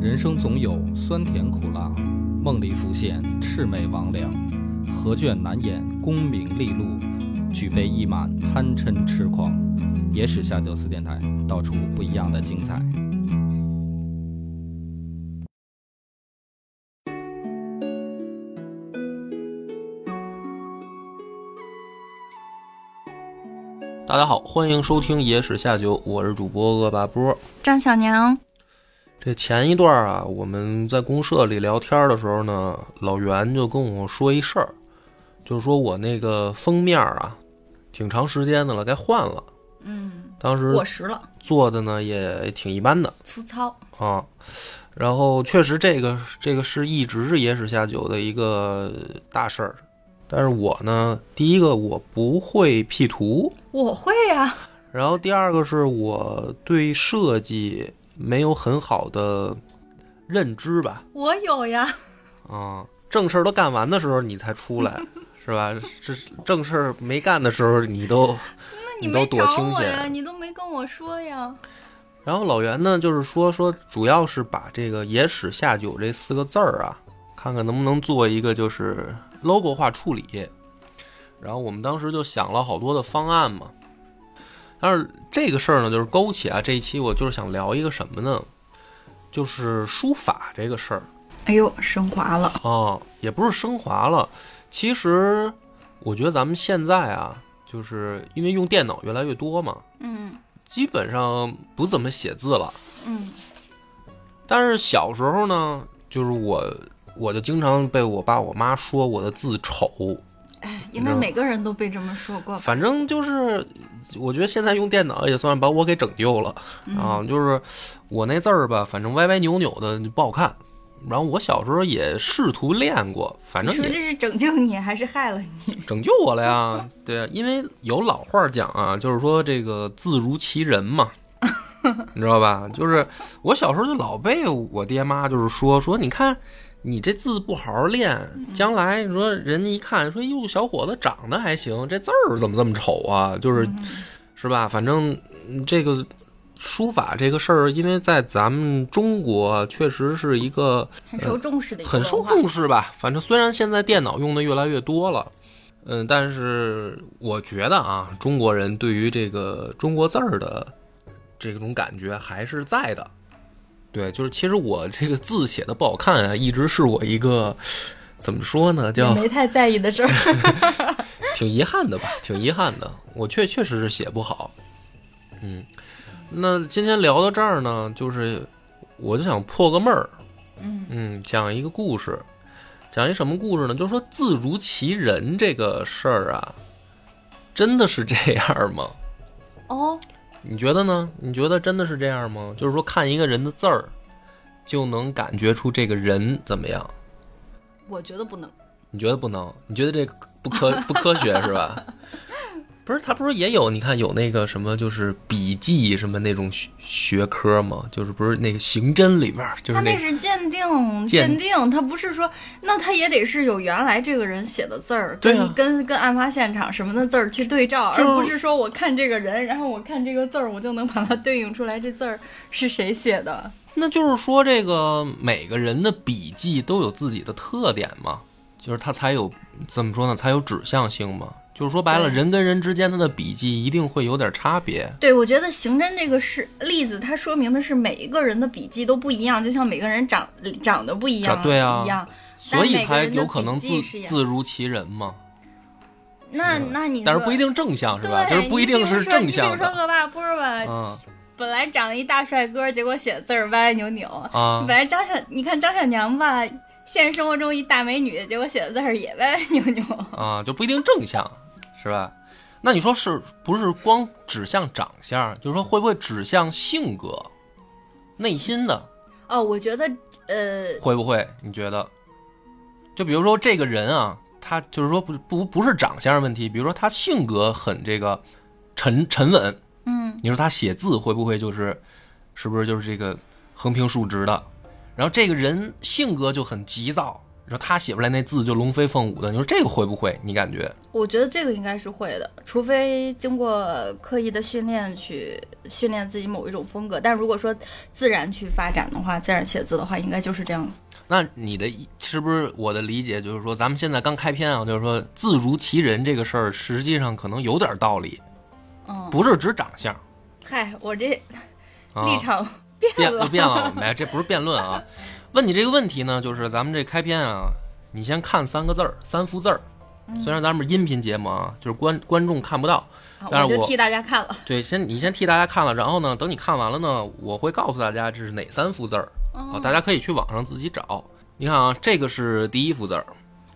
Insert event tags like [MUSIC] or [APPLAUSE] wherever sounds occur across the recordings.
人生总有酸甜苦辣，梦里浮现魑魅魍魉，何卷难掩功名利禄，举杯一满贪嗔痴狂。野史下酒四电台，道出不一样的精彩。大家好，欢迎收听《野史下酒》，我是主播恶霸波。张小娘，这前一段啊，我们在公社里聊天的时候呢，老袁就跟我说一事儿，就是说我那个封面啊，挺长时间的了，该换了。嗯，当时过时了，做的呢也挺一般的粗糙，啊，然后确实这个这个是一直是野史下酒的一个大事儿，但是我呢，第一个我不会 P 图，我会呀、然后第二个是我对设计没有很好的认知吧，我有呀，啊，正事儿都干完的时候你才出来，是吧？这正事儿没干的时候你都，那你没都躲找清我呀，闲你都没跟我说呀，然后老袁呢就是说说主要是把这个“野史下酒”这四个字儿啊，看看能不能做一个就是 logo 化处理。然后我们当时就想了好多的方案嘛，但是这个事儿呢，就是勾起啊这一期我就是想聊一个什么呢？就是书法这个事儿。哎呦，升华了，啊，也不是升华了。其实我觉得咱们现在啊，就是因为用电脑越来越多嘛，嗯基本上不怎么写字了。嗯，但是小时候呢，就是我我就经常被我爸我妈说我的字丑，哎，应该嗯每个人都被这么说过吧，反正就是我觉得现在用电脑也算把我给拯救了。嗯啊，就是我那字儿吧，反正歪歪扭扭的就不好看。然后我小时候也试图练过，反你正说也这是拯救你还是害了你？拯救我了呀！ [LAUGHS] 对，啊因为有老话讲啊，就是说这个字如其人嘛， [LAUGHS] 你知道吧？就是我小时候就老被我爹妈就是说说，你看你这字不好好练，将来你说人一看说哟，小伙子长得还行，这字儿怎么这么丑啊？就是是吧？反正嗯这个书法这个事儿，因为在咱们中国确实是一个很受重视的一个很受文化重视吧。反正虽然现在电脑用的越来越多了，嗯，但是我觉得啊，中国人对于这个中国字儿的这种感觉还是在的。对，就是其实我这个字写的不好看啊，一直是我一个怎么说呢，叫也没太在意的 [LAUGHS] 事儿，挺遗憾的吧，挺遗憾的。我确确实是写不好。嗯，那今天聊到这儿呢，就是我就想破个闷儿，嗯嗯，讲一个故事，讲一什么故事呢？就是说“字如其人”这个事儿啊，真的是这样吗？哦，你觉得呢？你觉得真的是这样吗？就是说，看一个人的字儿，就能感觉出这个人怎么样？我觉得不能，你觉得不能？你觉得这不科不科学是吧？ [LAUGHS] 不是，他不是也有你看有那个什么，就是笔记什么那种学学科吗？就是不是那个刑侦里边儿，就是他那那是鉴定，鉴鉴定，他不是说，那他也得是有原来这个人写的字儿，对跟、啊跟跟案发现场什么的字儿去对照，就而不是说我看这个人，然后我看这个字儿，我就能把它对应出来，这字儿是谁写的？那就是说，这个每个人的笔记都有自己的特点嘛，就是他才有怎么说呢，才有指向性嘛。就是说白了，对人跟人之间他的笔记一定会有点差别。对，我觉得刑侦这个是例子，它说明的是每一个人的笔迹都不一样，就像每个人长长得不一样长，对啊一样。所以但每个才人的有可能字笔记是一样字如其人嘛，那是吧那你但是说不一。定正向是吧？对就是不一定是正向你比如说的，恶霸波儿吧，嗯本来长得一大帅哥，结果写字儿歪歪扭扭。啊本，来张小，你看张小娘吧，现实生活中一大美女，结果写的字儿也歪歪扭扭。啊，就不一定正向，是吧？那你说是不是光指向长相？就是说会不会指向性格、内心的？哦，我觉得，呃，会不会？你觉得？就比如说这个人啊，他就是说不不不是长相问题，比如说他性格很这个沉沉稳，嗯，你说他写字会不会就是是不是就是这个横平竖直的？然后这个人性格就很急躁，说他写出来那字就龙飞凤舞的，你说这个会不会？你感觉？我觉得这个应该是会的，除非经过刻意的训练去训练自己某一种风格。但如果说自然去发展的话，自然写字的话，应该就是这样的。那你的意是不是我的理解就是说，咱们现在刚开篇啊，就是说字如其人这个事儿，实际上可能有点道理，嗯，不是指长相嗨，我这啊。立场变辩了，辩了，没，这不是辩论 [LAUGHS] 啊。问你这个问题呢，就是咱们这开篇啊，你先看三个字儿，三幅字儿。嗯虽然咱们是音频节目啊，就是观观众看不到，啊但是我就我替大家看了。对，先你先替大家看了，然后呢，等你看完了呢，我会告诉大家这是哪三幅字儿嗯啊，大家可以去网上自己找。你看啊，这个是第一幅字儿，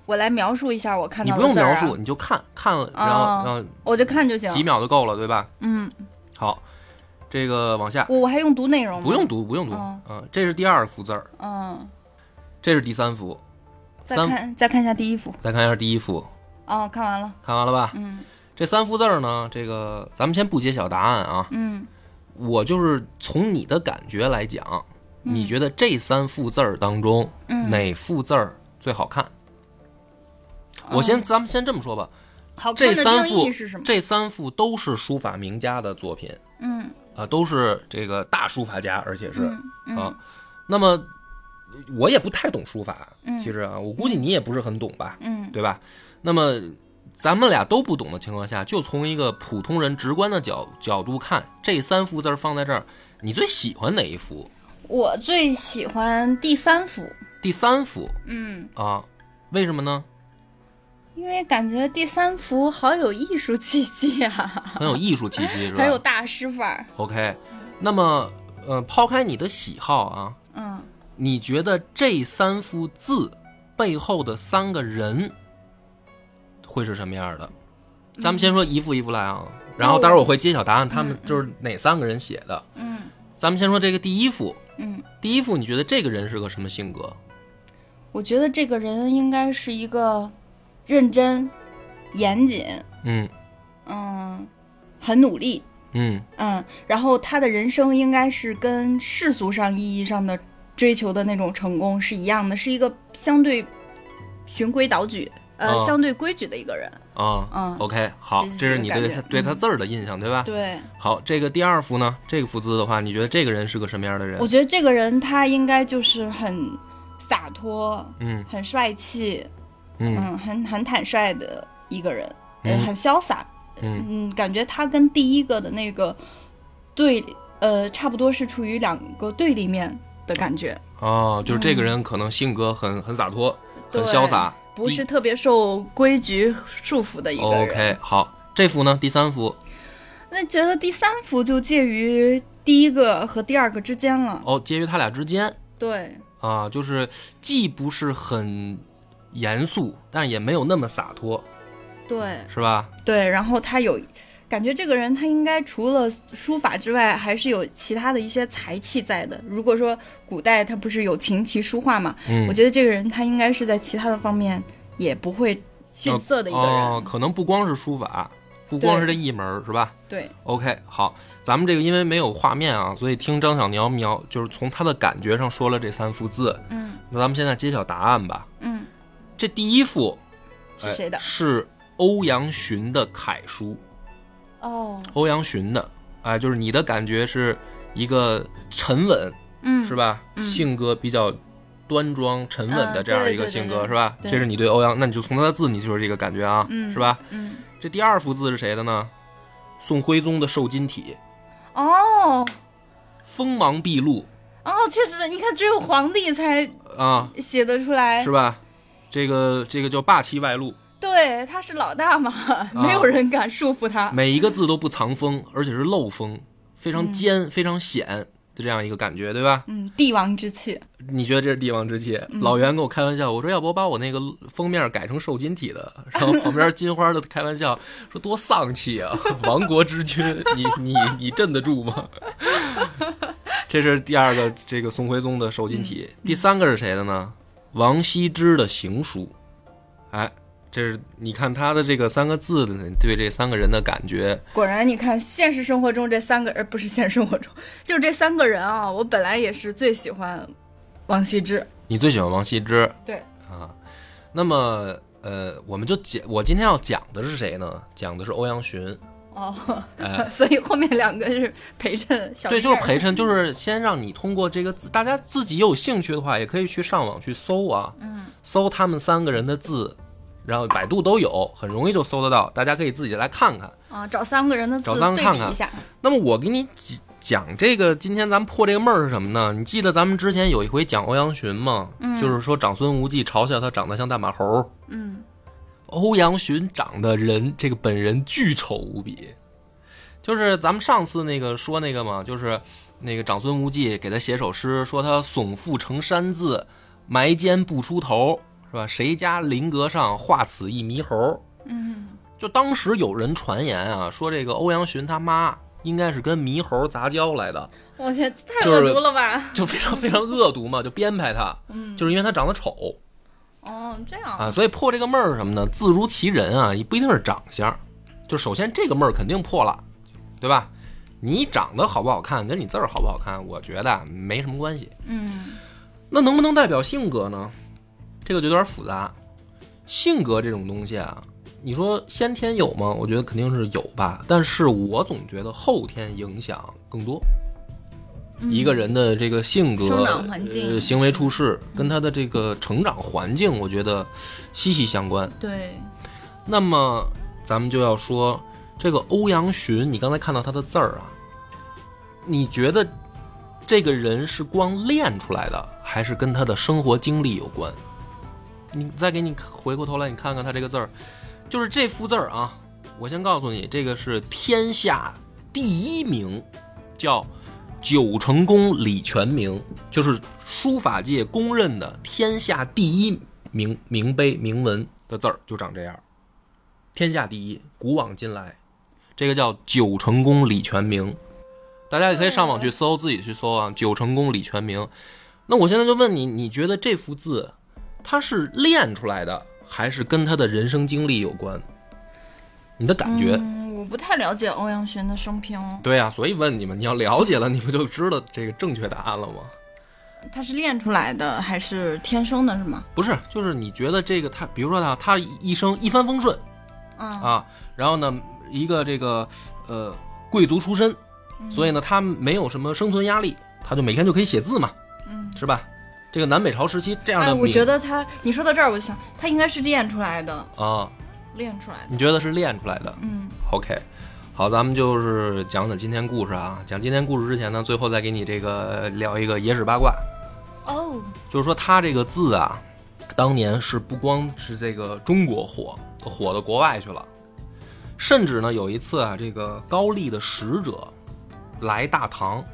我来描述一下我看你到不的字、啊、用描述，，你就看看了，然后哦然后我就看就行。几秒就够了，对吧？嗯，好，这个往下我我还用读内容吗？不用。读，不用读，哦嗯，这是第二幅字儿，嗯，这是第三幅，再三看再看一下第一幅。再看一下第一幅，哦，看完了。看完了吧？嗯这三幅字儿呢，这个咱们先不揭晓答案啊，嗯，我就是从你的感觉来讲，你觉得这三幅字儿当中，嗯哪幅字儿最好看？我哦先，咱们先这么说吧，嗯好看这的三定幅义是什么？这三幅都是书法名家的作品嗯啊、都是这个大书法家，而且是嗯嗯啊，那么我也不太懂书法，嗯其实啊，我估计你也不是很懂吧，嗯对吧？那么咱们俩都不懂的情况下，就从一个普通人直观的角角度看，这三幅字儿放在这儿，你最喜欢哪一幅？我最喜欢第三幅。第三幅嗯，啊？为什么呢？因为感觉第三幅好有艺术气息啊，很有艺术气息，是 [LAUGHS] 吧？很有大师范儿。 OK，那么呃，抛开你的喜好啊，嗯，你觉得这三幅字背后的三个人会是什么样的？嗯咱们先说一幅一幅来啊，然后待会儿我会揭晓答案，他们就是哪三个人写的。嗯咱们先说这个第一幅，嗯，第一幅你觉得这个人是个什么性格？我觉得这个人应该是一个认真、严谨，嗯嗯，很努力，嗯嗯，然后他的人生应该是跟世俗上意义上的追求的那种成功是一样的，是一个相对循规蹈矩，呃，哦相对规矩的一个人。啊、嗯 o k 好，这这是是你这对个感他觉嗯对他字儿的印象，对吧？对，好，这个第二幅呢，这个幅字的话，你觉得这个人是个什么样的人我？觉得这个人他应该就是很洒脱、嗯很帅气，嗯嗯，很很坦率的一个人，呃嗯很潇洒，嗯嗯，感觉他跟第一个的那个对，呃，差不多是处于两个对立面的感觉，哦，就是这个人可能性格很很洒脱，很对潇洒。不是特别受规矩束缚的一个人。 OK，好，这幅呢，第三幅那觉得第三幅就介于第一个和第二个之间了。哦，介于他俩之间对，啊，就是既不是很严肃，但也没有那么洒脱，对，是吧？对。然后他有，感觉这个人他应该除了书法之外，还是有其他的一些才气在的。如果说古代他不是有琴棋书画嘛，嗯我觉得这个人他应该是在其他的方面也不会逊色的一个人。哦，可能不光是书法，不光是这一门儿，是吧对， ？OK，好，咱们这个因为没有画面啊，所以听张小苗描，就是从他的感觉上说了这三幅字。嗯那咱们现在揭晓答案吧。嗯，这第一幅是谁的哎？是欧阳询的楷书。哦，欧阳询的，哎，就是你的感觉是一个沉稳，嗯，是？吧？性格比较端庄、沉稳的嗯这样对一个对对性对格，对是吧？对这是你对欧阳，那你就从他的字，你就是这个感觉啊，嗯是吧？嗯，这第二幅字是谁的呢？宋徽宗的瘦金体，哦锋芒毕露哦，确实，你看，只有皇帝才啊，写得出来，是吧？这个这个叫霸气外露，对，他是老大嘛，啊 [LAUGHS] 没有人敢束缚他。每一个字都不藏锋，而且是漏锋，非常尖、非常显的这样一个感觉，对吧？嗯，帝王之气。你觉得这是帝王之气？老袁跟我开玩笑，我说要不我把我那个封面改成瘦金体的，然后旁边金花就开玩笑说多丧气啊， [LAUGHS] 亡国之君，你你你镇得住吗？这是第二个，这个宋徽宗的瘦金体，第三个是谁的呢？王羲之的行书，哎，这是你看他的这个三个字的对这三个人的感觉，果然，你看现实生活中这三个，呃，不是现实生活中，就是这三个人啊，我本来也是最喜欢王羲之。你最喜欢王羲之，对，啊。那么呃，我们就讲，我今天要讲的是谁呢？讲的是欧阳 [LAUGHS] 询。哦，哎， [LAUGHS] 所以后面两个是陪衬小对，弟就是儿陪衬，就是先让你通过这个字，大家自己有兴趣的话，也可以去上网去搜啊，嗯，搜他们三个人的字，然后百度都有，很容易就搜得到，大家可以自己来看看。啊，找三个人的字找三个对看比看一下，那么我给你讲讲这个，今天咱们破这个闷儿是什么呢？你记得咱们之前有一回讲欧阳询吗？嗯就是说长孙无忌嘲笑他长得像大马猴，嗯，欧阳询长得人这个本人巨丑无比。就是咱们上次那个说那个嘛，就是那个长孙无忌给他写首诗，说他耸腹成山字，埋肩不出头，是吧？谁家林阁上画此一猕猴？嗯，就当时有人传言啊，说这个欧阳询他妈应该是跟猕猴杂交来的，我天，太就是恶毒了吧？就非常非常恶毒嘛，就编排他，嗯，就是因为他长得丑哦，这样啊，所以破这个闷儿是什么呢？字如其人啊，也不一定是长相，就首先这个闷儿肯定破了，对吧？你长得好不好看，跟你字儿好不好看，我觉得没什么关系。嗯，那能不能代表性格呢？这个就有点复杂。性格这种东西啊，你说先天有吗？我觉得肯定是有吧，但是我总觉得后天影响更多。一个人的这个性格、嗯生长环境嗯呃行为处事，跟他的这个成长环境，我觉得息息相关。对，那么咱们就要说这个欧阳询，你刚才看到他的字儿啊，你觉得这个人是光练出来的，还是跟他的生活经历有关？你再给你回过头来，你看看他这个字儿，就是这幅字儿啊，我先告诉你，这个是天下第一名，叫九成宫李全明，就是书法界公认的天下第一名名碑铭文的字儿，就长这样。天下第一，古往今来，这个叫九成宫李全明，大家也可以上网去搜，自己去搜啊。九成宫李全明，那我现在就问你，你觉得这幅字，它是练出来的，还是跟他的人生经历有关？你的感觉？嗯，我不太了解欧阳询的生平，对呀、所以问你们，你要了解了，你不就知道这个正确答案了吗？他是练出来的还是天生的，是吗？不是，就是你觉得这个他，比如说他，他一生一帆风顺嗯啊，然后呢，一个这个呃贵族出身，嗯所以呢，他没有什么生存压力，他就每天就可以写字嘛，嗯，是吧？这个南北朝时期这样哎，的我名觉得他，你说到这儿，我就想他应该是练出来的，啊，练出来的，你觉得是练出来的？嗯 OK，好，咱们就是讲讲今天故事啊。讲今天故事之前呢，最后再给你这个呃聊一个野史八卦，哦，就是说他这个字啊，当年是不光是这个中国火，火到国外去了，甚至呢有一次啊，这个高丽的使者来大唐，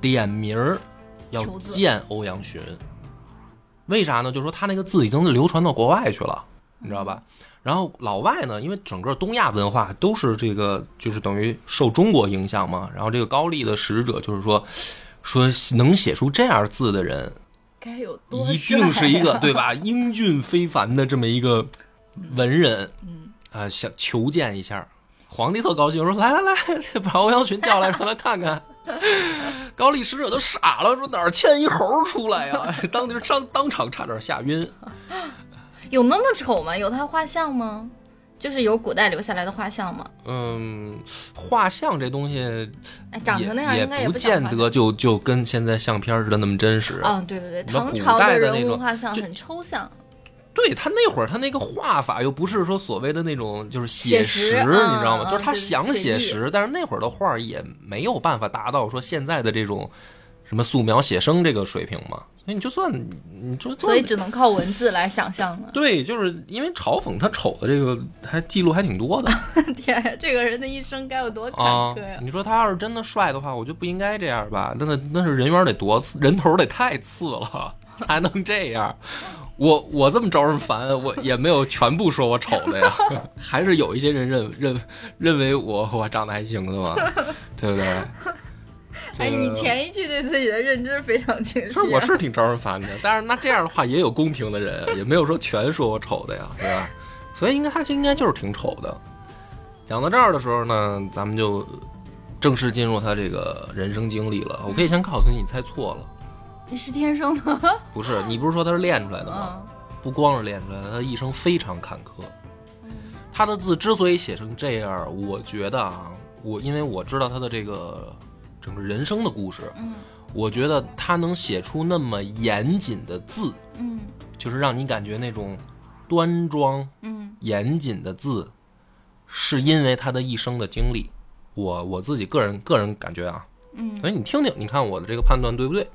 点名儿要求字见欧阳询，为啥呢？就是说他那个字已经流传到国外去了，你知道吧？然后老外呢，因为整个东亚文化都是这个，就是等于受中国影响嘛。然后这个高丽的使者就是说，说能写出这样字的人，该有多一帅定是一个呀对吧？英俊非凡的这么一个文人，嗯啊，想求见一下，皇帝特高兴，说来来来，把欧阳询叫来，让他看 [LAUGHS] 看。高丽使者都傻了，说哪儿牵一猴儿出来呀、 [LAUGHS] 当地当当场差点吓晕。 [LAUGHS] 有那么丑吗？有他画像吗？就是有古代留下来的画像吗？嗯，画像这东西哎，长也成那样应该也不不见像画得就就跟现在相片似的那么真实。啊像。嗯，对对对，什么唐古朝代的那人物种画像就很抽象，对他那会儿，他那个画法又不是说所谓的那种就是写实，写实你知道吗？嗯就是他对想写写实，但是那会儿的画儿也没有办法达到说现在的这种什么素描写生这个水平嘛。所以你就算你就所以只能靠文字来想象了。对，就是因为嘲讽他丑的这个还记录还挺多的 [LAUGHS] 天，啊这个人的一生该有多坎啊坷呀！。你说他要是真的帅的话，我就不应该这样吧？那那那是人缘得多次，人头得太次了才能这样。我我这么招人烦，我也没有全部说我丑的呀， [LAUGHS] 还是有一些人认认认为我我长得还行的嘛，对不对？哎，这个你前一句对自己的认知非常清晰、啊。是我是挺招人烦的，但是那这样的话也有公平的人，也没有说全说我丑的呀，对吧？所以应该他应该就是挺丑的。讲到这儿的时候呢，咱们就正式进入他这个人生经历了。我可以先告诉你，你猜错了，你是天生的，不是你不是说他是练出来的吗？嗯，不光是练出来的，他一生非常坎坷。他的字之所以写成这样，我觉得啊，我因为我知道他的这个整个人生的故事，嗯我觉得他能写出那么严谨的字，嗯就是让你感觉那种端庄嗯严谨的字，是因为他的一生的经历。我我自己个人个人感觉啊，嗯所以你听听，你看我的这个判断对不对？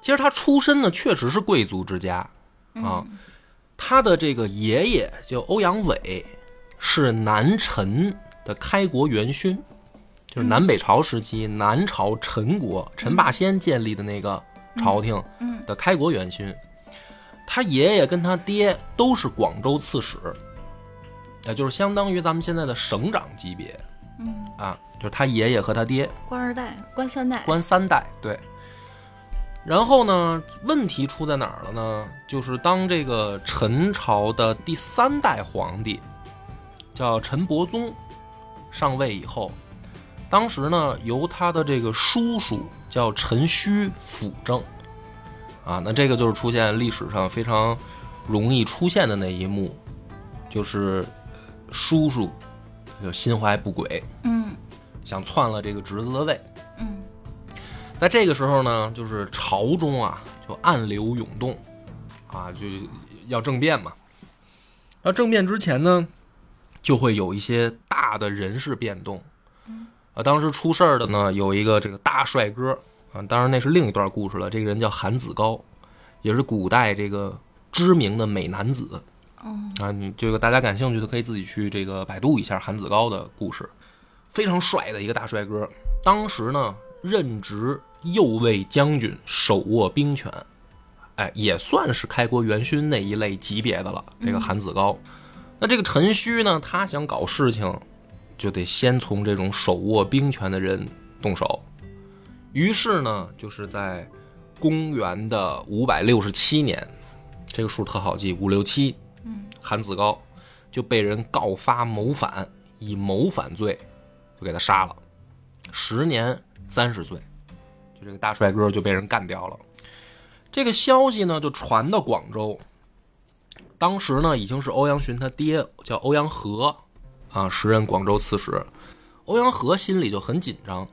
其实他出身呢，确实是贵族之家嗯啊。他的这个爷爷叫欧阳伟，是南陈的开国元勋，就是南北朝时期南朝陈国陈霸先建立的那个朝廷嗯的开国元勋。他爷爷跟他爹都是广州刺史，也就是相当于咱们现在的省长级别嗯，啊，就是他爷爷和他爹。官二代、官三代，官三代，对。然后呢，问题出在哪儿了呢？就是当这个陈朝的第三代皇帝叫陈伯宗上位以后，当时呢由他的这个叔叔叫陈顼辅政，啊，那这个就是出现历史上非常容易出现的那一幕，就是呃叔叔就心怀不轨，嗯想篡了这个侄子的位。嗯在这个时候呢，就是朝中啊，就暗流涌动，啊，就要政变嘛。要政变之前呢，就会有一些大的人事变动。啊，当时出事儿的呢，有一个这个大帅哥啊，当然那是另一段故事了。这个人叫韩子高，也是古代这个知名的美男子。啊，你这个大家感兴趣的可以自己去这个百度一下韩子高的故事，非常帅的一个大帅哥。当时呢，任职右卫将军，手握兵权，哎，也算是开国元勋那一类级别的了。这个韩子高，那这个陈顼呢，他想搞事情，就得先从这种手握兵权的人动手。于是呢，就是在公元的五百六十七年，这个数特好记，五六七。韩子高就被人告发谋反，以谋反罪就给他杀了，时年三十岁，就这个大帅哥就被人干掉了。这个消息呢就传到广州，当时呢已经是欧阳询他爹叫欧阳和啊，时任广州刺史，欧阳和心里就很紧张。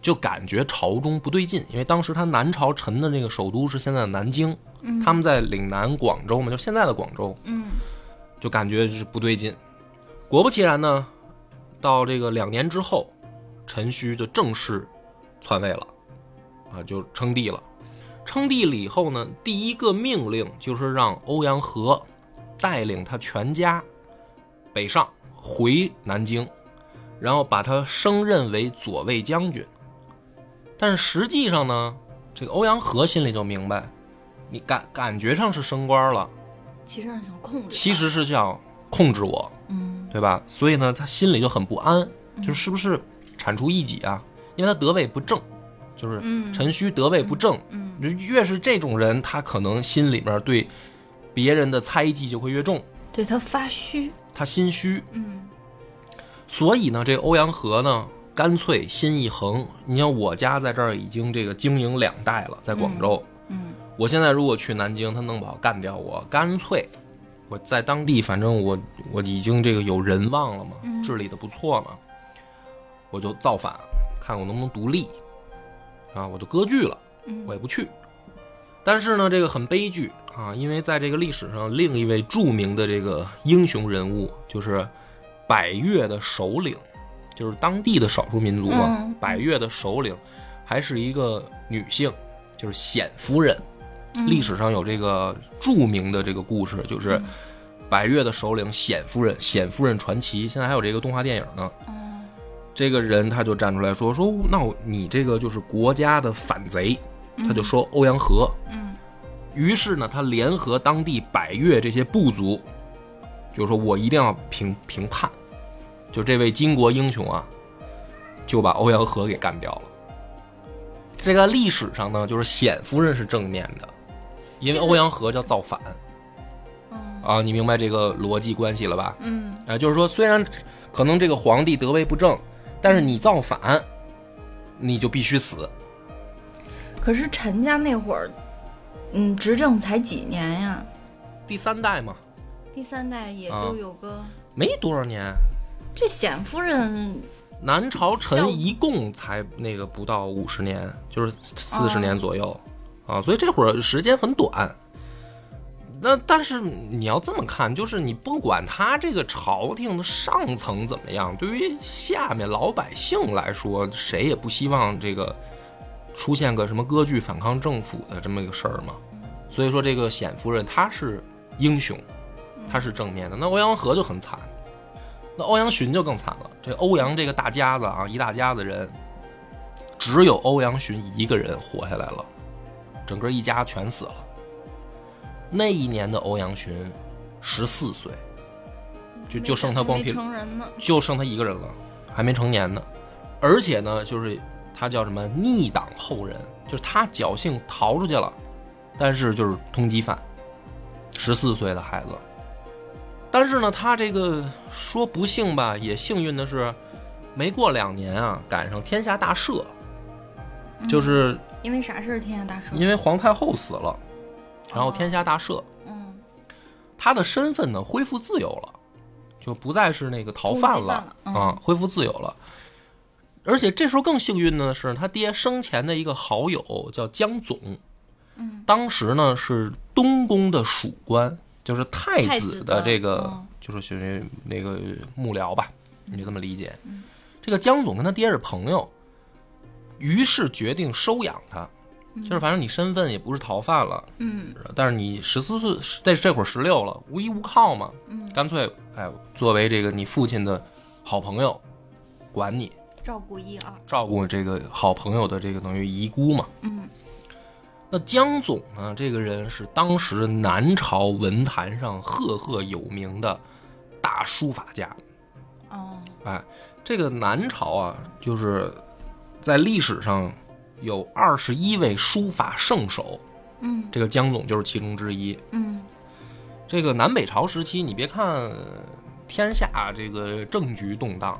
就感觉朝中不对劲，因为当时他南朝陈的那个首都是现在的南京，他们在岭南广州嘛，就现在的广州。嗯就感觉就是不对劲。果不其然呢，到这个两年之后，陈顼就正式篡位了，啊，就称帝了。称帝了以后呢，第一个命令就是让欧阳和带领他全家北上回南京，然后把他升任为左卫将军。但是实际上呢，这个欧阳和心里就明白，你感感觉上是升官了，其实很想控制他，其实是想控制我，嗯对吧？所以呢，他心里就很不安，就是是不是铲除异己啊？因为他得位不正，就是嗯陈顼得位不正，嗯就越是这种人，他可能心里面对别人的猜忌就会越重，对他发虚，他心虚。嗯所以呢，这欧阳和呢，干脆心一横，你像我家在这儿已经这个经营两代了，在广州，嗯我现在如果去南京，他弄不好干掉我，干脆我在当地，反正我我已经这个有人望了嘛，治理的不错嘛，我就造反，看我能不能独立啊，我就割据了，嗯我也不去。但是呢，这个很悲剧啊，因为在这个历史上，另一位著名的这个英雄人物就是百越的首领，就是当地的少数民族嘛，嗯啊百越的首领还是一个女性，就是冼夫人。嗯历史上有这个著名的这个故事，就是百越的首领冼夫人，冼夫人传奇，现在还有这个动画电影呢。嗯这个人他就站出来说说，那我你这个就是国家的反贼，他就说欧阳和。嗯于是呢，他联合当地百越这些部族，就说我一定要平平叛。就这位巾帼英雄啊，就把欧阳和给干掉了。这个历史上呢，就是冼夫人是正面的，因为欧阳和叫造反嗯啊，你明白这个逻辑关系了吧？嗯啊，就是说，虽然可能这个皇帝得位不正，但是你造反，你就必须死。可是陈家那会儿，嗯，执政才几年呀？第三代嘛，第三代也啊就有个、没多少年。这显夫人南朝像陈一共才那个不到五十年，就是四十年左右、啊，所以这会儿时间很短。那但是你要这么看，就是你不管他这个朝廷的上层怎么样，对于下面老百姓来说，谁也不希望这个出现个什么割据反抗政府的这么一个事儿嘛。所以说，这个显夫人她是英雄，她是正面的。那欧阳和就很惨，那欧阳询就更惨了。这欧阳这个大家子啊，一大家子人，只有欧阳询一个人活下来了，整个一家全死了。那一年的欧阳询十四岁，就就剩他光没屁股成人呢，就剩他一个人了，还没成年呢。而且呢，就是他叫什么逆党后人，就是他侥幸逃出去了，但是就是通缉犯，十四岁的孩子。但是呢，他这个说不幸吧，也幸运的是，没过两年啊，赶上天下大赦，就是因为啥事儿？天下大赦，因为皇太后死了，然后天下大赦，嗯，他的身份呢恢复自由了，就不再是那个逃通犯缉了犯了嗯啊，恢复自由了。而且这时候更幸运的是，他爹生前的一个好友叫江总，嗯，当时呢是东宫的属官，就是太太子子的的这个，嗯就是属于那个幕僚吧，你就这么理解。嗯这个江总跟他爹是朋友，于是决定收养他，就是反正你身份也不是逃犯了，嗯，但是你十四岁，这这会儿十六了，无依无靠嘛，嗯干脆哎，作为这个你父亲的好朋友，管你照顾一二，照顾这个好朋友的这个等于遗孤嘛。嗯那江总呢，这个人是当时南朝文坛上赫赫有名的大书法家，哦，哎，这个南朝啊，就是在历史上有二十一位书法圣手，嗯这个江总就是其中之一。嗯这个南北朝时期，你别看呃天下这个政局动荡，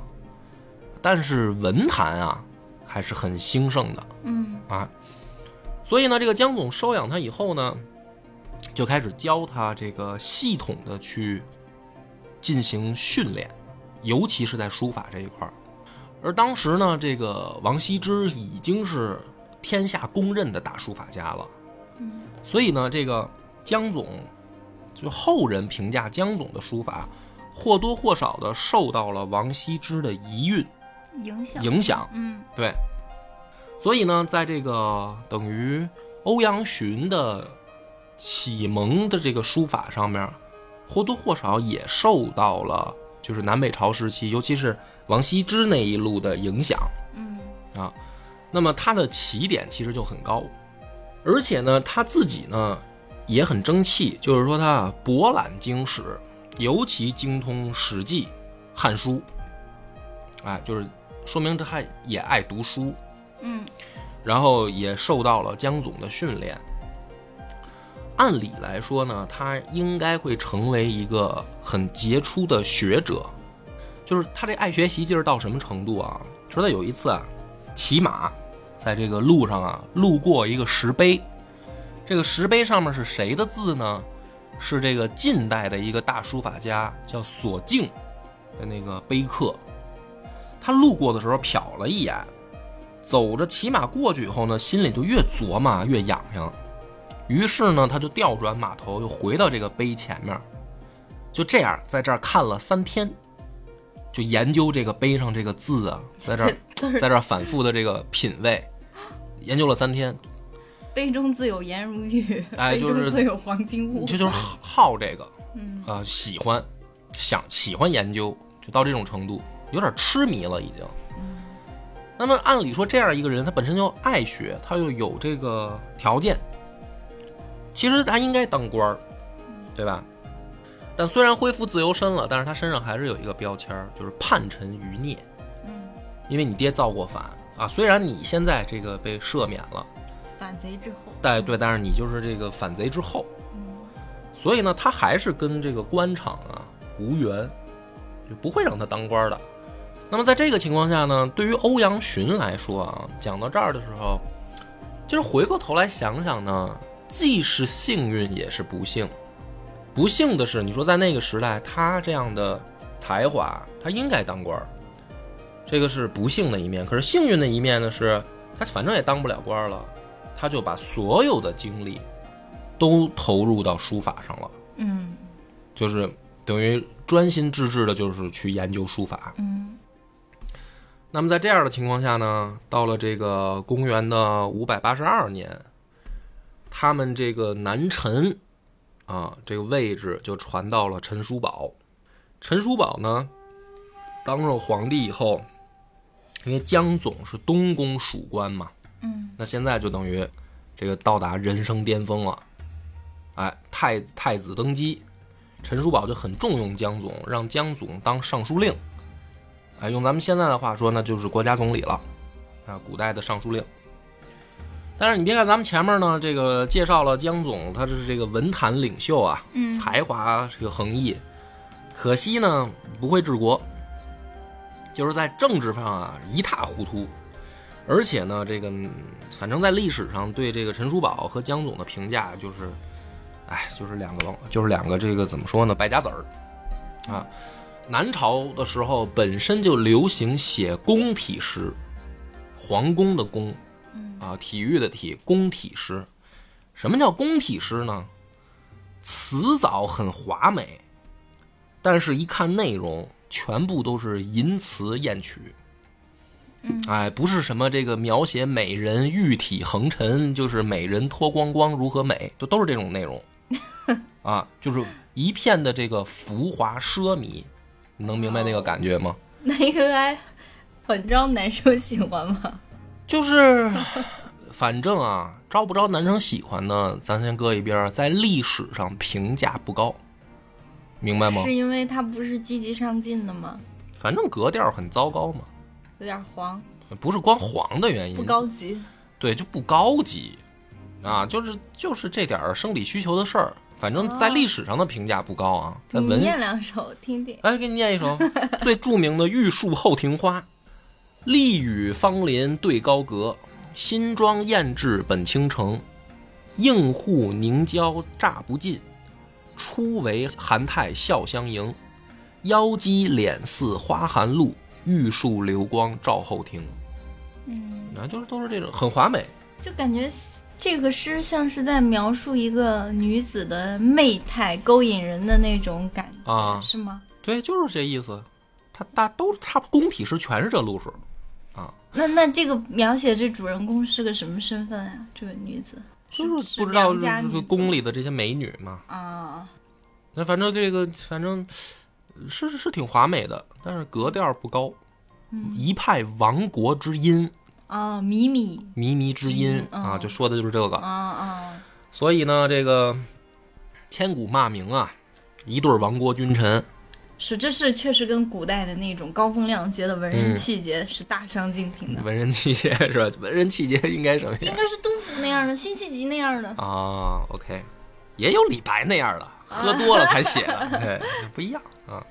但是文坛啊还是很兴盛的嗯啊。所以呢，这个江总收养他以后呢，就开始教他这个系统的去进行训练，尤其是在书法这一块儿。而当时呢，这个王羲之已经是天下公认的大书法家了。嗯所以呢，这个江总，就后人评价江总的书法，或多或少的受到了王羲之的遗韵影响影响。嗯对，所以呢，在这个等于欧阳询的启蒙的这个书法上面，或多或少也受到了就是南北朝时期，尤其是王羲之那一路的影响。嗯啊，那么他的起点其实就很高，而且呢，他自己呢也很争气，就是说他啊博览经史，尤其精通《史记》《汉书》，哎，就是说明他还也爱读书，嗯然后也受到了江总的训练。按理来说呢，他应该会成为一个很杰出的学者，就是他这爱学习劲儿到什么程度啊？说他有一次啊，骑马在这个路上啊，路过一个石碑，这个石碑上面是谁的字呢？是这个近代的一个大书法家叫索敬的那个碑刻。他路过的时候瞟了一眼，走着骑马过去以后呢，心里就越琢磨越痒痒，于是呢，他就调转马头，又回到这个碑前面，就这样在这儿看了三天，就研究这个碑上这个字啊，在这儿在这儿反复的这个品味，研究了三天，杯中自有颜如玉，哎 [LAUGHS] 杯就是中自有黄金屋，这就是好这个，嗯啊、喜欢，想喜欢研究，就到这种程度，有点痴迷了已经。那么按理说，这样一个人，他本身就爱学，他又有这个条件，其实他应该当官儿，对吧？但虽然恢复自由身了，但是他身上还是有一个标签儿，就是叛臣余孽。嗯，因为你爹造过反啊，虽然你现在这个被赦免了，反贼之后，但对，但是你就是这个反贼之后，嗯所以呢，他还是跟这个官场啊无缘，就不会让他当官的。那么在这个情况下呢，对于欧阳询来说啊，讲到这儿的时候，就是回过头来想想呢，既是幸运也是不幸。不幸的是，你说在那个时代，他这样的才华，他应该当官儿，这个是不幸的一面。可是幸运的一面呢是，他反正也当不了官儿了，他就把所有的精力都投入到书法上了，嗯就是等于专心致志的，就是去研究书法。嗯那么在这样的情况下呢，到了这个公元的五百八十二年，他们这个南陈啊这个位置就传到了陈叔宝。陈叔宝呢当上皇帝以后，因为江总是东宫属官嘛，嗯，那现在就等于这个到达人生巅峰了。哎，太太子登基，陈叔宝就很重用江总，让江总当尚书令。啊，用咱们现在的话说呢，就是国家总理了，啊，古代的尚书令。但是你别看咱们前面呢，这个介绍了江总，他是这个文坛领袖啊，嗯才华这个横溢，可惜呢不会治国，就是在政治上啊一塌糊涂，而且呢，这个嗯反正在历史上对这个陈叔宝和江总的评价就是，哎，就是两个王，就是两个这个怎么说呢，败家子儿，啊，南朝的时候本身就流行写宫体诗，皇宫的宫，啊，体育的体，宫体诗。什么叫宫体诗呢？词藻很华美，但是一看内容，全部都是淫词艳曲。哎，不是什么这个描写美人玉体横陈，就是美人脱光光如何美，就都是这种内 [LAUGHS] 容啊，就是一片的这个浮华奢靡，你能明白那个感觉吗？那个还很招男生喜欢吗？就是， [LAUGHS] 反正啊，招不招男生喜欢呢，咱先搁一边儿，在历史上评价不高，明白吗？是因为他不是积极上进的吗？反正格调很糟糕嘛，有点黄，不是光黄的原因，不高级。对，就不高级啊，就是就是这点儿生理需求的事儿，反正在哦历史上的评价不高啊，在你文念两首听听。哎，给你念一首最著名的《玉树后庭花》：“丽雨芳林对高阁，新妆艳质本倾城。映户凝胶乍不尽，初为寒态笑相迎。妖姬脸似花含露，玉树流光照后庭。”嗯，啊，就是都是这种很华美，就感觉这个诗像是在描述一个女子的媚态，勾引人的那种感觉，啊是吗？对，就是这意思。他大都他工体诗全是这路数，那那这个描写这主人公是个什么身份啊？这个女子就是是不知道良家就是女子宫里的这些美女嘛。啊，那反正这个反正呃是是挺华美的，但是格调不高，嗯一派亡国之音、哦，米米，靡靡之音之音嗯啊，就说的就是这啊个。啊，所以呢，这个千古骂名啊，一对儿亡国君臣，是这是确实跟古代的那种高风亮节的嗯文人气节是大相径庭的，文人气节是吧？文人气节应该什么应样该是杜甫那样的，辛弃疾那样的。啊？OK，也有李白那样的，喝多了才写的，对，不一样啊。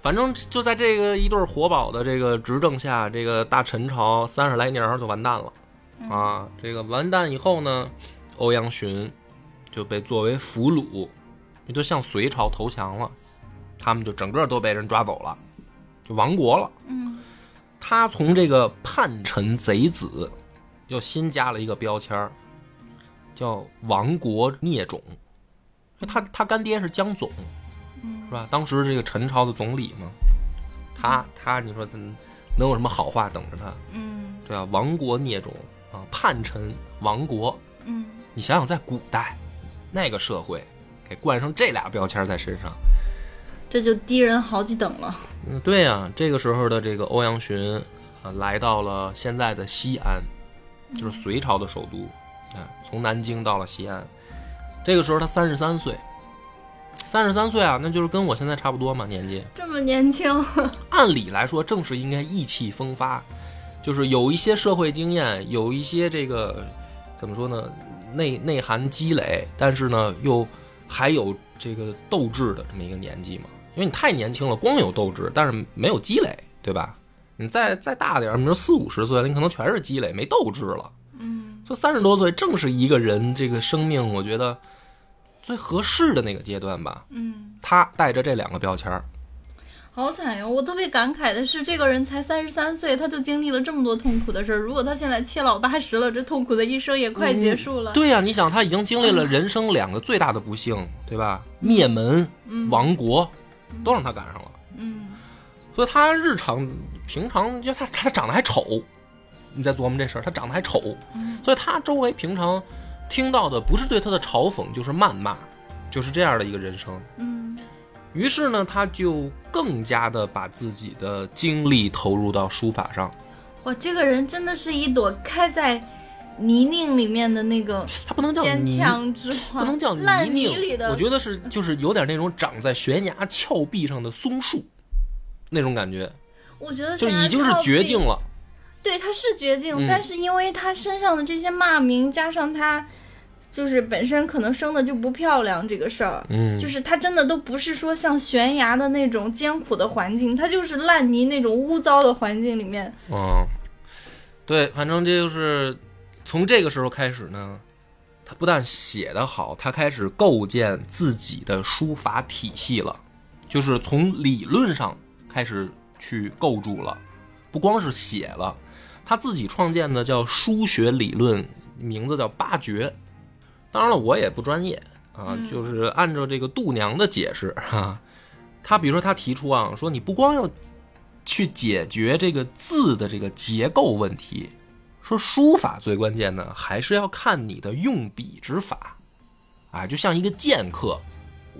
反正就在这个一对儿活宝的这个执政下，这个大陈朝三十来年儿就完蛋了。啊，这个完蛋以后呢，欧阳询就被作为俘虏，也就向隋朝投降了，他们就整个都被人抓走了，就亡国了。嗯，他从这个叛臣贼子，又新加了一个标签儿，叫亡国孽种。他他干爹是江总，是吧？当时这个陈朝的总理嘛，他他你说他嗯能有什么好话等着他？嗯对啊，亡国孽种啊，叛臣亡国。嗯，你想想，在古代那个社会，给冠上这俩标签在身上，这就低人好几等了。嗯，对呀、这个时候的这个欧阳询啊，来到了现在的西安，就是隋朝的首都啊，从南京到了西安。这个时候他三十三岁，三十三岁啊，那就是跟我现在差不多嘛年纪。这么年轻，按理来说，正是应该意气风发，就是有一些社会经验，有一些这个怎么说呢，内内涵积累，但是呢，又还有这个斗志的这么一个年纪嘛。因为你太年轻了，光有斗志，但是没有积累，对吧？你再再大点儿，你说四五十岁了，你可能全是积累，没斗志了。嗯就三十多岁，正是一个人这个生命，我觉得最合适的那个阶段吧。嗯，他带着这两个标签儿，好惨哟！我特别感慨的是，这个人才三十三岁，他就经历了这么多痛苦的事儿。如果他现在七老八十了，这痛苦的一生也快结束了。嗯对呀、啊你想他已经经历嗯了人生两个最大的不幸，对吧？灭门、亡国，都让他赶上了。嗯，所以他日常平常，就他他他长得还丑，你在琢磨这事儿，他长得还丑，嗯所以他周围平常听到的不是对他的嘲讽，就是谩骂，就是这样的一个人生。嗯于是呢，他就更加的把自己的精力投入到书法上。哇，这个人真的是一朵开在泥泞里面的那个他不能叫坚泥，强之花，不能叫烂泞泥里的。我觉得是就是有点那种长在悬崖峭壁上的松树，那种感觉，我觉得就山已经是上绝并境了。对，他是绝境，嗯但是因为他身上的这些骂名，加上他就是本身可能生的就不漂亮这个事儿，嗯就是他真的都不是说像悬崖的那种艰苦的环境，他就是烂泥那种污糟的环境里面。嗯，对，反正这就是从这个时候开始呢，他不但写得好，他开始构建自己的书法体系了，就是从理论上开始去构筑了，不光是写了，他自己创建的叫书学理论，名字叫八绝。当然了，我也不专业啊，就是按照这个度娘的解释哈、他比如说他提出啊，说你不光要去解决这个字的这个结构问题。说书法最关键呢，还是要看你的用笔之法，啊，就像一个剑客，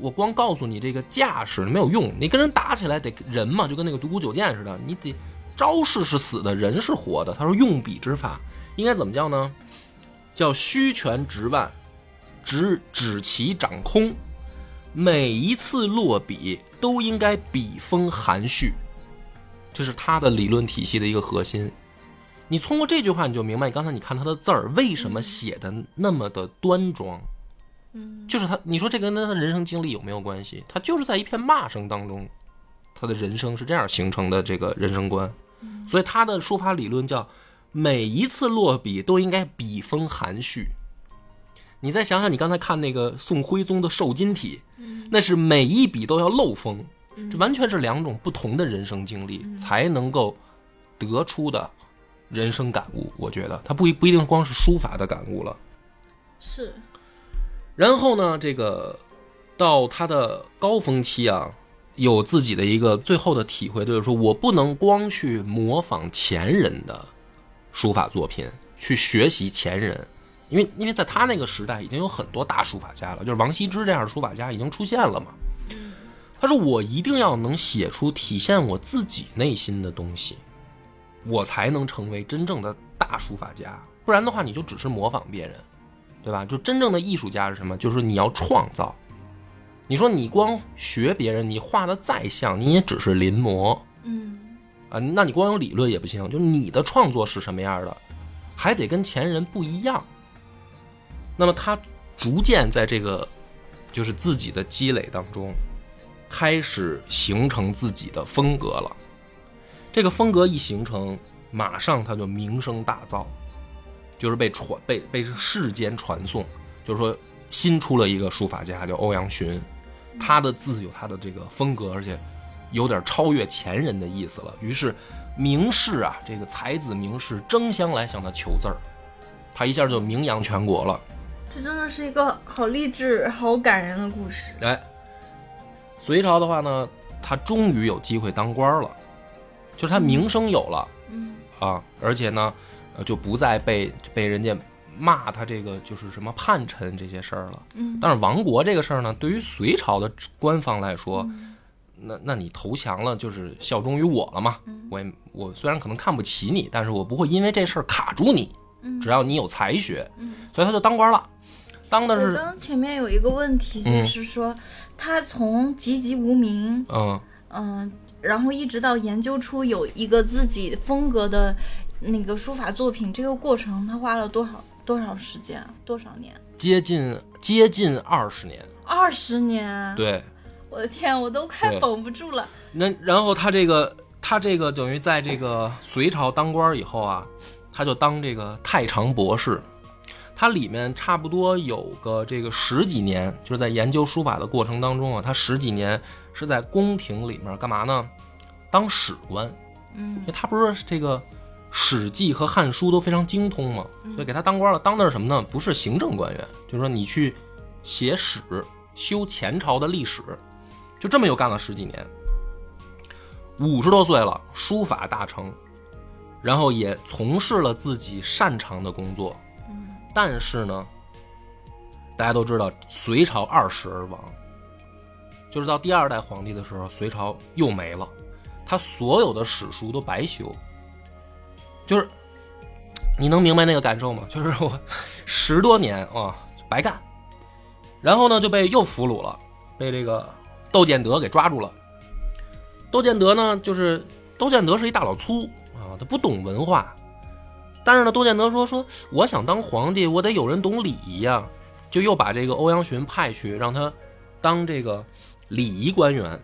我光告诉你这个架势没有用，你跟人打起来得人嘛，就跟那个独孤九剑似的，你得招式是死的，人是活的。他说用笔之法应该怎么叫呢？叫虚拳直腕，直指其掌空，每一次落笔都应该笔锋含蓄，这是他的理论体系的一个核心。你通过这句话，你就明白，刚才你看他的字儿为什么写的那么的端庄，嗯就是他，你说这跟他的人生经历有没有关系？他就是在一片骂声当中，他的人生是这样形成的这个人生观，所以他的书法理论叫每一次落笔都应该笔锋含蓄。你再想想，你刚才看那个宋徽宗的瘦金体，那是每一笔都要漏锋，这完全是两种不同的人生经历才能够得出的人生感悟。我觉得他不一不一定光是书法的感悟了。是，然后呢，这个到他的高峰期啊，有自己的一个最后的体会，就是说我不能光去模仿前人的书法作品，去学习前人，因为因为在他那个时代已经有很多大书法家了，就是王羲之这样的书法家已经出现了嘛。他说我一定要能写出体现我自己内心的东西，我才能成为真正的大书法家，不然的话你就只是模仿别人。对吧？就真正的艺术家是什么？就是你要创造。你说你光学别人，你画的再像，你也只是临摹嗯啊。那你光有理论也不行，就你的创作是什么样的，还得跟前人不一样。那么他逐渐在这个就是自己的积累当中，开始形成自己的风格了。这个风格一形成，马上他就名声大噪，就是被传被被世间传颂，就是说新出了一个书法家叫欧阳询，他的字有他的这个风格，而且有点超越前人的意思了。于是名士啊，这个才子名士争相来向他求字儿，他一下就名扬全国了。这真的是一个好励志、好感人的故事。哎，隋朝的话呢，他终于有机会当官儿了，就是他名声有了嗯啊，而且呢，呃就不再被被人家骂他这个就是什么叛臣这些事儿了。嗯但是亡国这个事儿呢，对于隋朝的官方来说，嗯那那你投降了就是效忠于我了嘛？嗯我也我虽然可能看不起你，但是我不会因为这事儿卡住你，嗯只要你有才学，嗯。所以他就当官了，当的我是刚刚前面有一个问题，就嗯是说、他从籍籍无名，嗯嗯、然后一直到研究出有一个自己风格的那个书法作品，这个过程他花了多少多少时间，多少年？接近接近二十年，二十年！对。我的天，我都快对绷不住了。那然后他这个他这个等于在这个隋朝当官以后啊，他就当这个太常博士。它里面差不多有个这个十几年，就是在研究书法的过程当中啊，他十几年是在宫廷里面干嘛呢？当史官，嗯 [LAUGHS] 因为他不是这个《史记》和《汉书》都非常精通嘛，所以给他当官了。当的是什么呢？不是行政官员，就是说你去写史，修前朝的历史，就这么又干了十几年。五十多岁了，书法大成，然后也从事了自己擅长的工作。但是呢，大家都知道，隋朝二世而亡，就是到第二代皇帝的时候，隋朝又没了。他所有的史书都白修。就是你能明白那个感受吗？就是我十多年啊白干，然后呢就被又俘虏了，被这个窦建德给抓住了。窦建德呢，就是窦建德是一大老粗啊，他不懂文化，但是呢，窦建德说说我想当皇帝，我得有人懂礼仪呀、就又把这个欧阳询派去让他当这个礼仪官员。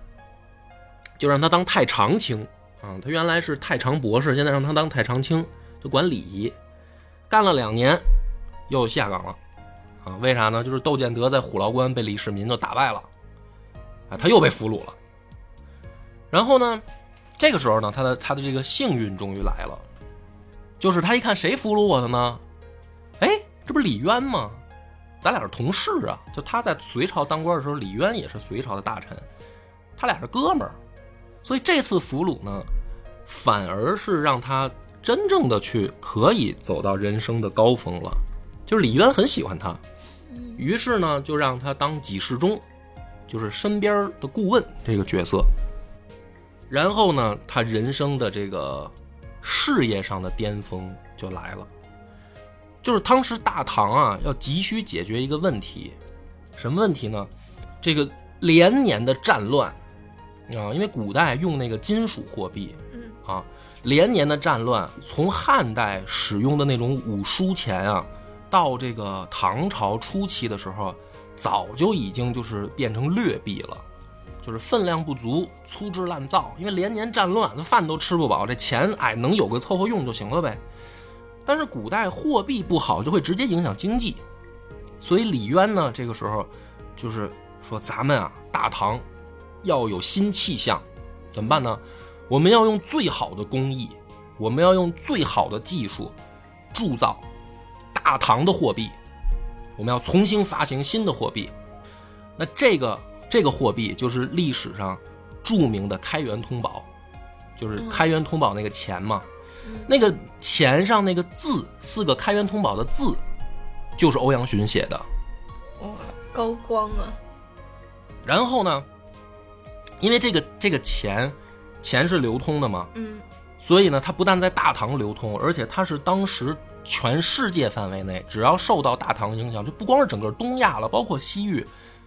就让他当太常卿啊。他原来是太常博士，现在让他当太常卿，就管礼仪。干了两年，又下岗了啊？为啥呢？就是窦建德在虎牢关被李世民就打败了，啊，他又被俘虏了。然后呢，这个时候呢，他的他的这个幸运终于来了，就是他一看谁俘虏我的呢？哎，这不是李渊吗？咱俩是同事啊，就他在隋朝当官的时候，李渊也是隋朝的大臣，他俩是哥们儿。所以这次俘虏呢，反而是让他真正的去可以走到人生的高峰了。就是李渊很喜欢他，于是呢就让他当给事中，就是身边的顾问这个角色。然后呢，他人生的这个事业上的巅峰就来了。就是当时大唐啊，要急需解决一个问题，什么问题呢？这个连年的战乱，啊，因为古代用那个金属货币，嗯啊，连年的战乱，从汉代使用的那种五铢钱啊，到这个唐朝初期的时候，早就已经就是变成劣币了，就是分量不足、粗制滥造。因为连年战乱，那饭都吃不饱，这钱哎能有个凑合用就行了呗。但是古代货币不好，就会直接影响经济，所以李渊呢，这个时候就是说咱们啊，大唐要有新气象，怎么办呢？我们要用最好的工艺，我们要用最好的技术铸造大唐的货币，我们要重新发行新的货币。那这个这个货币就是历史上著名的开元通宝，就是开元通宝那个钱嘛，那个钱上那个字四个开元通宝的字，就是欧阳询写的。哇，高光啊！然后呢，因为这个这个钱钱是流通的嘛，嗯所以呢，它不但在大唐流通，而且它是当时全世界范围内，只要受到大唐影响，就不光是整个东亚了，包括西域，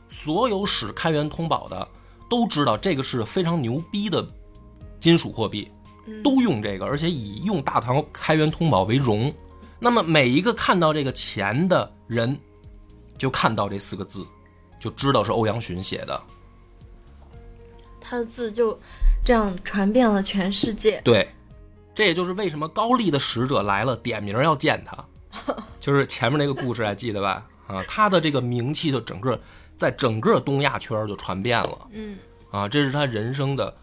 所有使开元通宝的都知道这个是非常牛逼的金属货币，都用这个，而且以用大唐开元通宝为荣。那么每一个看到这个钱的人，就看到这四个字，就知道是欧阳询写的。他的字就这样传遍了全世界。对，这也就是为什么高丽的使者来了，点名要见他，就是前面那个故事还记得吧？啊，他的这个名气就整个在整个东亚圈儿就传遍了嗯啊，这是他人生的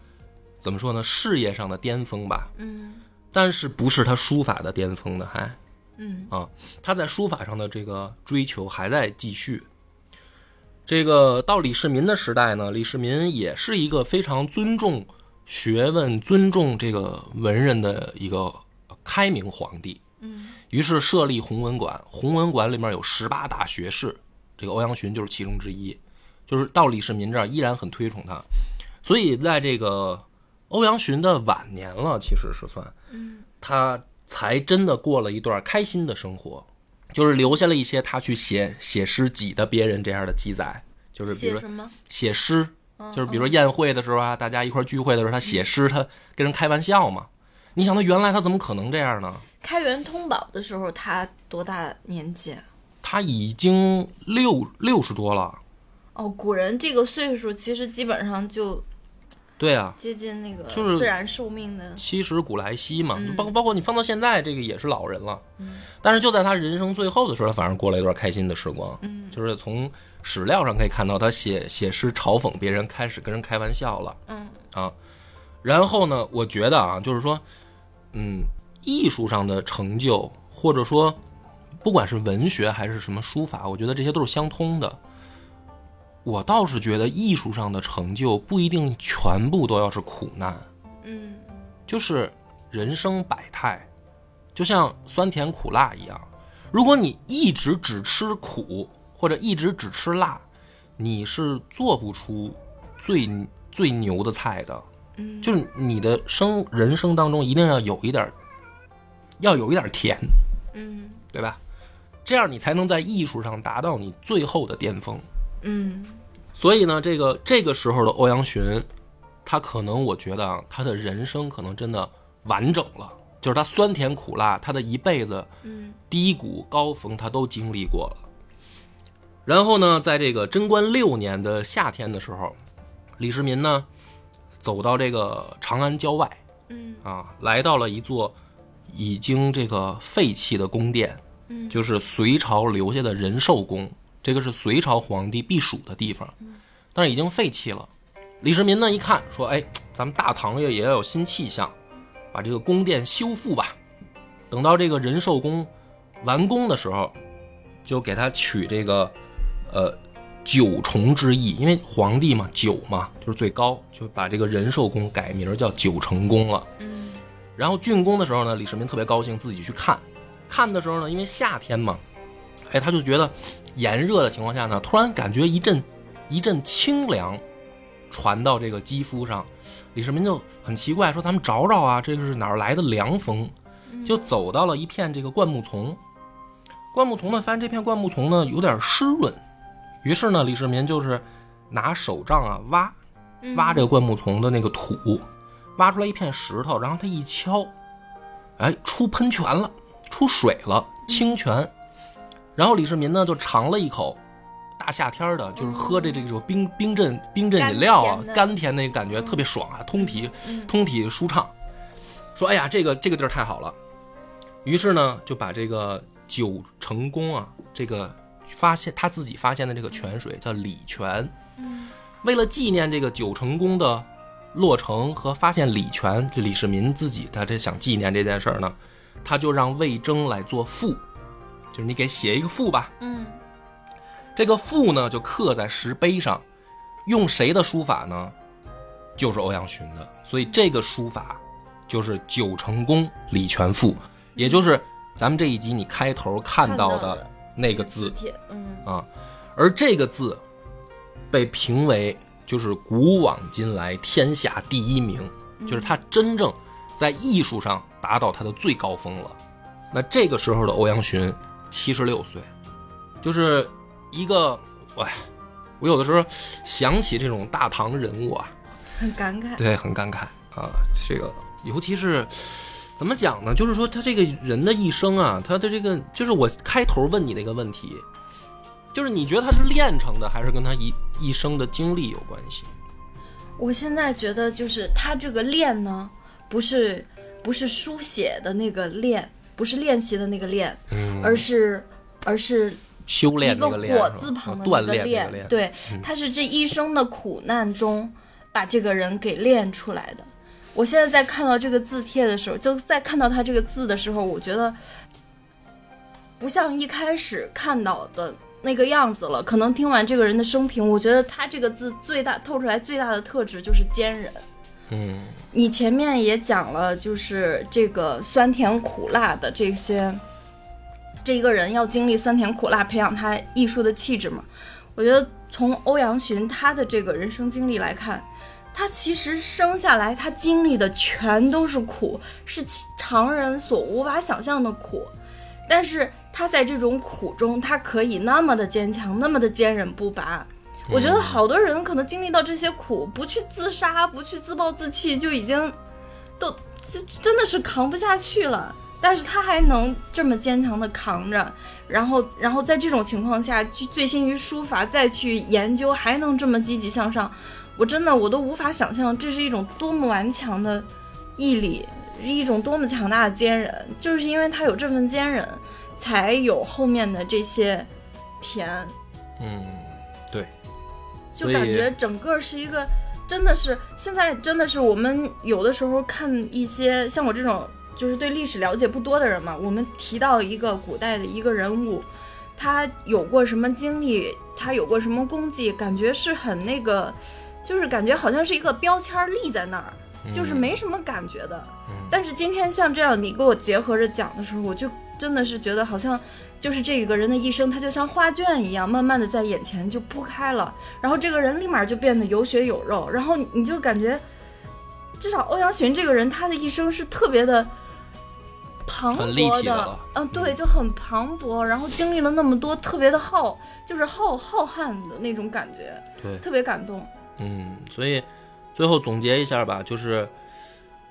怎么说呢？事业上的巅峰吧，嗯但是不是他书法的巅峰呢？还、嗯啊，他在书法上的这个追求还在继续。这个到李世民的时代呢，李世民也是一个非常尊重学问、尊重这个文人的一个开明皇帝。嗯，于是设立弘文馆，弘文馆里面有十八大学士，这个欧阳询就是其中之一。就是到李世民这儿依然很推崇他，所以在这个欧阳询的晚年了，其实是算，他才真的过了一段开心的生活，就是留下了一些他去写写诗挤的别人这样的记载，就是比写如说什么？写诗，嗯就是比如说宴会的时候啊，大家一块儿聚会的时候，他写诗，他跟人开玩笑嘛。你想他原来他怎么可能这样呢？开元通宝的时候，他多大年纪啊？他已经六六十多了，哦，古人这个岁数其实基本上就对啊，接近那个就是自然寿命的，七十古来稀嘛，嗯包包括你放到现在，这个也是老人了。嗯但是就在他人生最后的时候，他反而过了一段开心的时光。嗯就是从史料上可以看到，他写写诗嘲讽别人，开始跟人开玩笑了。嗯啊。然后呢，我觉得啊，就是说，嗯，艺术上的成就，或者说，不管是文学还是什么书法，我觉得这些都是相通的。我倒是觉得艺术上的成就不一定全部都要是苦难，嗯就是人生百态，就像酸甜苦辣一样。如果你一直只吃苦，或者一直只吃辣，你是做不出最最牛的菜的。嗯，就是你的生人生当中一定要有一点儿，要有一点儿甜，嗯对吧？这样你才能在艺术上达到你最后的巅峰。嗯所以呢，这个这个时候的欧阳询，他可能我觉得啊，他的人生可能真的完整了，就是他酸甜苦辣，他的一辈子嗯低谷高峰他都经历过了。然后呢，在这个贞观六年的夏天的时候，李世民呢走到这个长安郊外，嗯啊，来到了一座已经这个废弃的宫殿，嗯就是隋朝留下的仁寿宫，这个是隋朝皇帝避暑的地方，但是已经废弃了。李世民呢一看说：“哎，咱们大唐也也要有新气象，把这个宫殿修复吧。等到这个仁寿宫完工的时候，就给他取这个呃九重之意，因为皇帝嘛九嘛就是最高，就把这个仁寿宫改名叫九成宫了。”嗯然后竣工的时候呢，李世民特别高兴，自己去看。看的时候呢，因为夏天嘛，哎，他就觉得炎热的情况下呢，突然感觉一阵一阵清凉传到这个肌肤上。李世民就很奇怪，说：“咱们找找啊，这个是哪儿来的凉风？”就走到了一片这个灌木丛。灌木丛呢，发现这片灌木丛呢有点湿润，于是呢，李世民就是拿手杖啊挖，嗯挖这个灌木丛的那个土，挖出来一片石头，然后他一敲，哎，出喷泉了，出水了，清泉。然后李世民呢就尝了一口，大夏天的，就是喝这这种冰冰镇冰镇饮料啊甘甜，的甘甜那个感觉特别爽啊，通体嗯通体舒畅。说哎呀，这个这个地儿太好了。于是呢，就把这个九成宫啊，这个发现他自己发现的这个泉水叫礼泉。为了纪念这个九成宫的落成和发现礼泉，这李世民自己他这想纪念这件事儿呢，他就让魏征来做赋，就是你给写一个赋吧。嗯这个赋呢就刻在石碑上，用谁的书法呢？就是欧阳询的，所以这个书法就是九成宫礼泉赋，也就是咱们这一集你开头看嗯看到到的的那个字。铁嗯啊，而这个字被评为就是古往今来天下第一名，嗯就是他真正在艺术上达到他的最高峰了。那这个时候的欧阳询七十六岁，就是一个哎，我有的时候想起这种大唐人物啊，很感慨，对，很感慨啊。这个，尤其是怎么讲呢？就是说，他这个人的一生啊，他的这个，就是我开头问你那个问题，就是你觉得他是练成的，还是跟他一一生的经历有关系？我现在觉得就是他这个练呢，不是不是书写的那个练，不是练习的那个练，嗯而是而是修炼一那个个练是吧，火字旁的啊锻那个炼那个炼炼，，嗯对，他是这一生的苦难中把这个人给练出来的。我现在在看到这个字帖的时候，就在看到他这个字的时候，我觉得不像一开始看到的那个样子了。可能听完这个人的生平，我觉得他这个字最大透出来最大的特质就是坚韧。嗯你前面也讲了，就是这个酸甜苦辣的这些，这一个人要经历酸甜苦辣，培养他艺术的气质嘛。我觉得从欧阳询他的这个人生经历来看，他其实生下来他经历的全都是苦，是其常人所无法想象的苦。但是他在这种苦中，他可以那么的坚强，那么的坚韧不拔。我觉得好多人可能经历到这些苦，不去自杀，不去自暴自弃，就已经都这真的是扛不下去了。但是他还能这么坚强的扛着，然后，然后在这种情况下，去醉心于书法，再去研究，还能这么积极向上，我真的我都无法想象这是一种多么顽强的毅力，一种多么强大的坚韧。就是因为他有这份坚韧，才有后面的这些甜，嗯，就所以感觉整个是一个，真的是现在真的是我们有的时候看一些像我这种就是对历史了解不多的人嘛，我们提到一个古代的一个人物，他有过什么经历，他有过什么功绩，感觉是很那个，就是感觉好像是一个标签儿立在那儿，就是没什么感觉的。嗯但是今天像这样你给我结合着讲的时候，我就真的是觉得好像就是这个人的一生，他就像画卷一样，慢慢的在眼前就铺开了，然后这个人立马就变得有血有肉，然后你你就感觉，至少欧阳询这个人他的一生是特别的。磅很立礴体的的了，嗯，对，就很磅礴，然后经历了那么多，特别的浩，就是浩浩瀚的那种感觉，对特别感动。嗯，所以最后总结一下吧，就是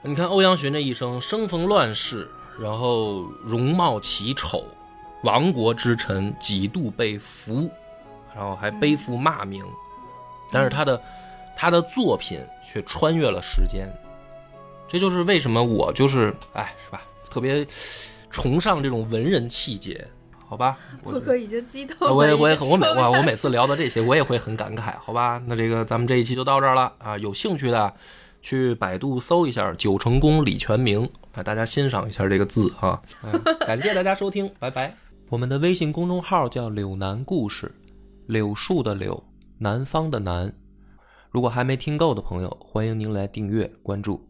你看欧阳询这一生，生逢乱世，然后容貌奇丑，亡国之臣，几度被俘，然后还背负骂名，嗯但是他的他的作品却穿越了时间，这就是为什么我就是哎是吧，特别崇尚这种文人气节，好吧？我破就哥已经激动了，啊我也我也已经很我每说不我我下每次聊到这些，我也会很感慨，好吧？那这个咱们这一期就到这儿了啊！有兴趣的去百度搜一下九成宫李全明啊，大家欣赏一下这个字啊、嗯感谢大家收听，拜拜。我们的微信公众号叫“柳南故事”，柳树的柳，南方的南。如果还没听够的朋友，欢迎您来订阅关注。